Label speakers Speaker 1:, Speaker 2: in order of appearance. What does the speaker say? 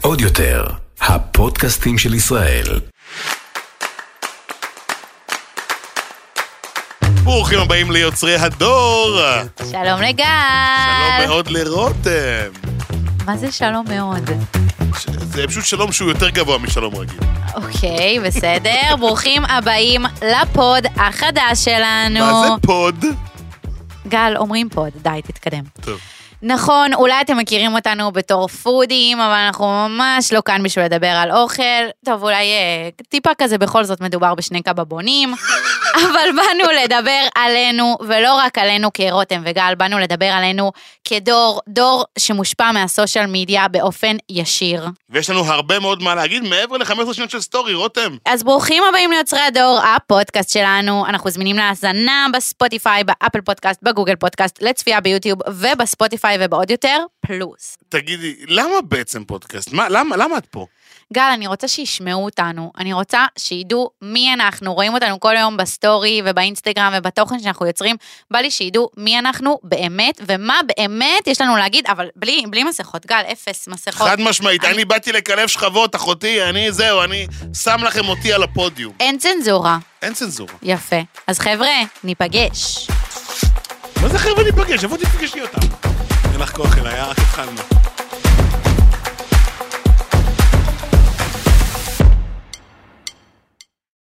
Speaker 1: עוד יותר, הפודקאסטים של ישראל.
Speaker 2: ברוכים הבאים ליוצרי הדור!
Speaker 3: שלום לגל.
Speaker 2: שלום מאוד לרותם!
Speaker 3: מה זה שלום מאוד?
Speaker 2: ש- זה פשוט שלום שהוא יותר גבוה משלום רגיל.
Speaker 3: אוקיי, בסדר. ברוכים הבאים לפוד החדש שלנו.
Speaker 2: מה זה פוד?
Speaker 3: גל, אומרים פוד, די, תתקדם.
Speaker 2: טוב.
Speaker 3: נכון, אולי אתם מכירים אותנו בתור פודים, אבל אנחנו ממש לא כאן בשביל לדבר על אוכל. טוב, אולי אה, טיפה כזה, בכל זאת מדובר בשני קבבונים. אבל באנו לדבר עלינו, ולא רק עלינו כרותם וגל, באנו לדבר עלינו כדור, דור שמושפע מהסושיאל מדיה באופן ישיר.
Speaker 2: ויש לנו הרבה מאוד מה להגיד מעבר ל-15 שניות של סטורי, רותם.
Speaker 3: אז ברוכים הבאים ליוצרי הדור, הפודקאסט שלנו. אנחנו זמינים להאזנה בספוטיפיי, באפל פודקאסט, בגוגל פודקאסט, לצפייה ביוטיוב ובספוטיפיי ובעוד יותר, פלוס.
Speaker 2: תגידי, למה בעצם פודקאסט? מה, למה, למה את פה?
Speaker 3: גל, אני רוצה שישמעו אותנו, אני רוצה שידעו מי אנחנו, רואים אותנו כל היום בסטורי ובאינסטגרם ובתוכן שאנחנו יוצרים, בא לי שידעו מי אנחנו באמת ומה באמת יש לנו להגיד, אבל בלי, בלי מסכות, גל, אפס מסכות.
Speaker 2: חד משמעית,
Speaker 3: אני-
Speaker 2: אני באתי לקלף שכבות, אחותי, אני זהו, אני שם לכם אותי על הפודיום.
Speaker 3: אין צנזורה,
Speaker 2: אין צנזורה.
Speaker 3: יפה. אז חבר'ה, ניפגש.
Speaker 2: מה זה חבר'ה ניפגש? איפה תפגשי אותם? אין לך כוח אליי, רק התחלנו.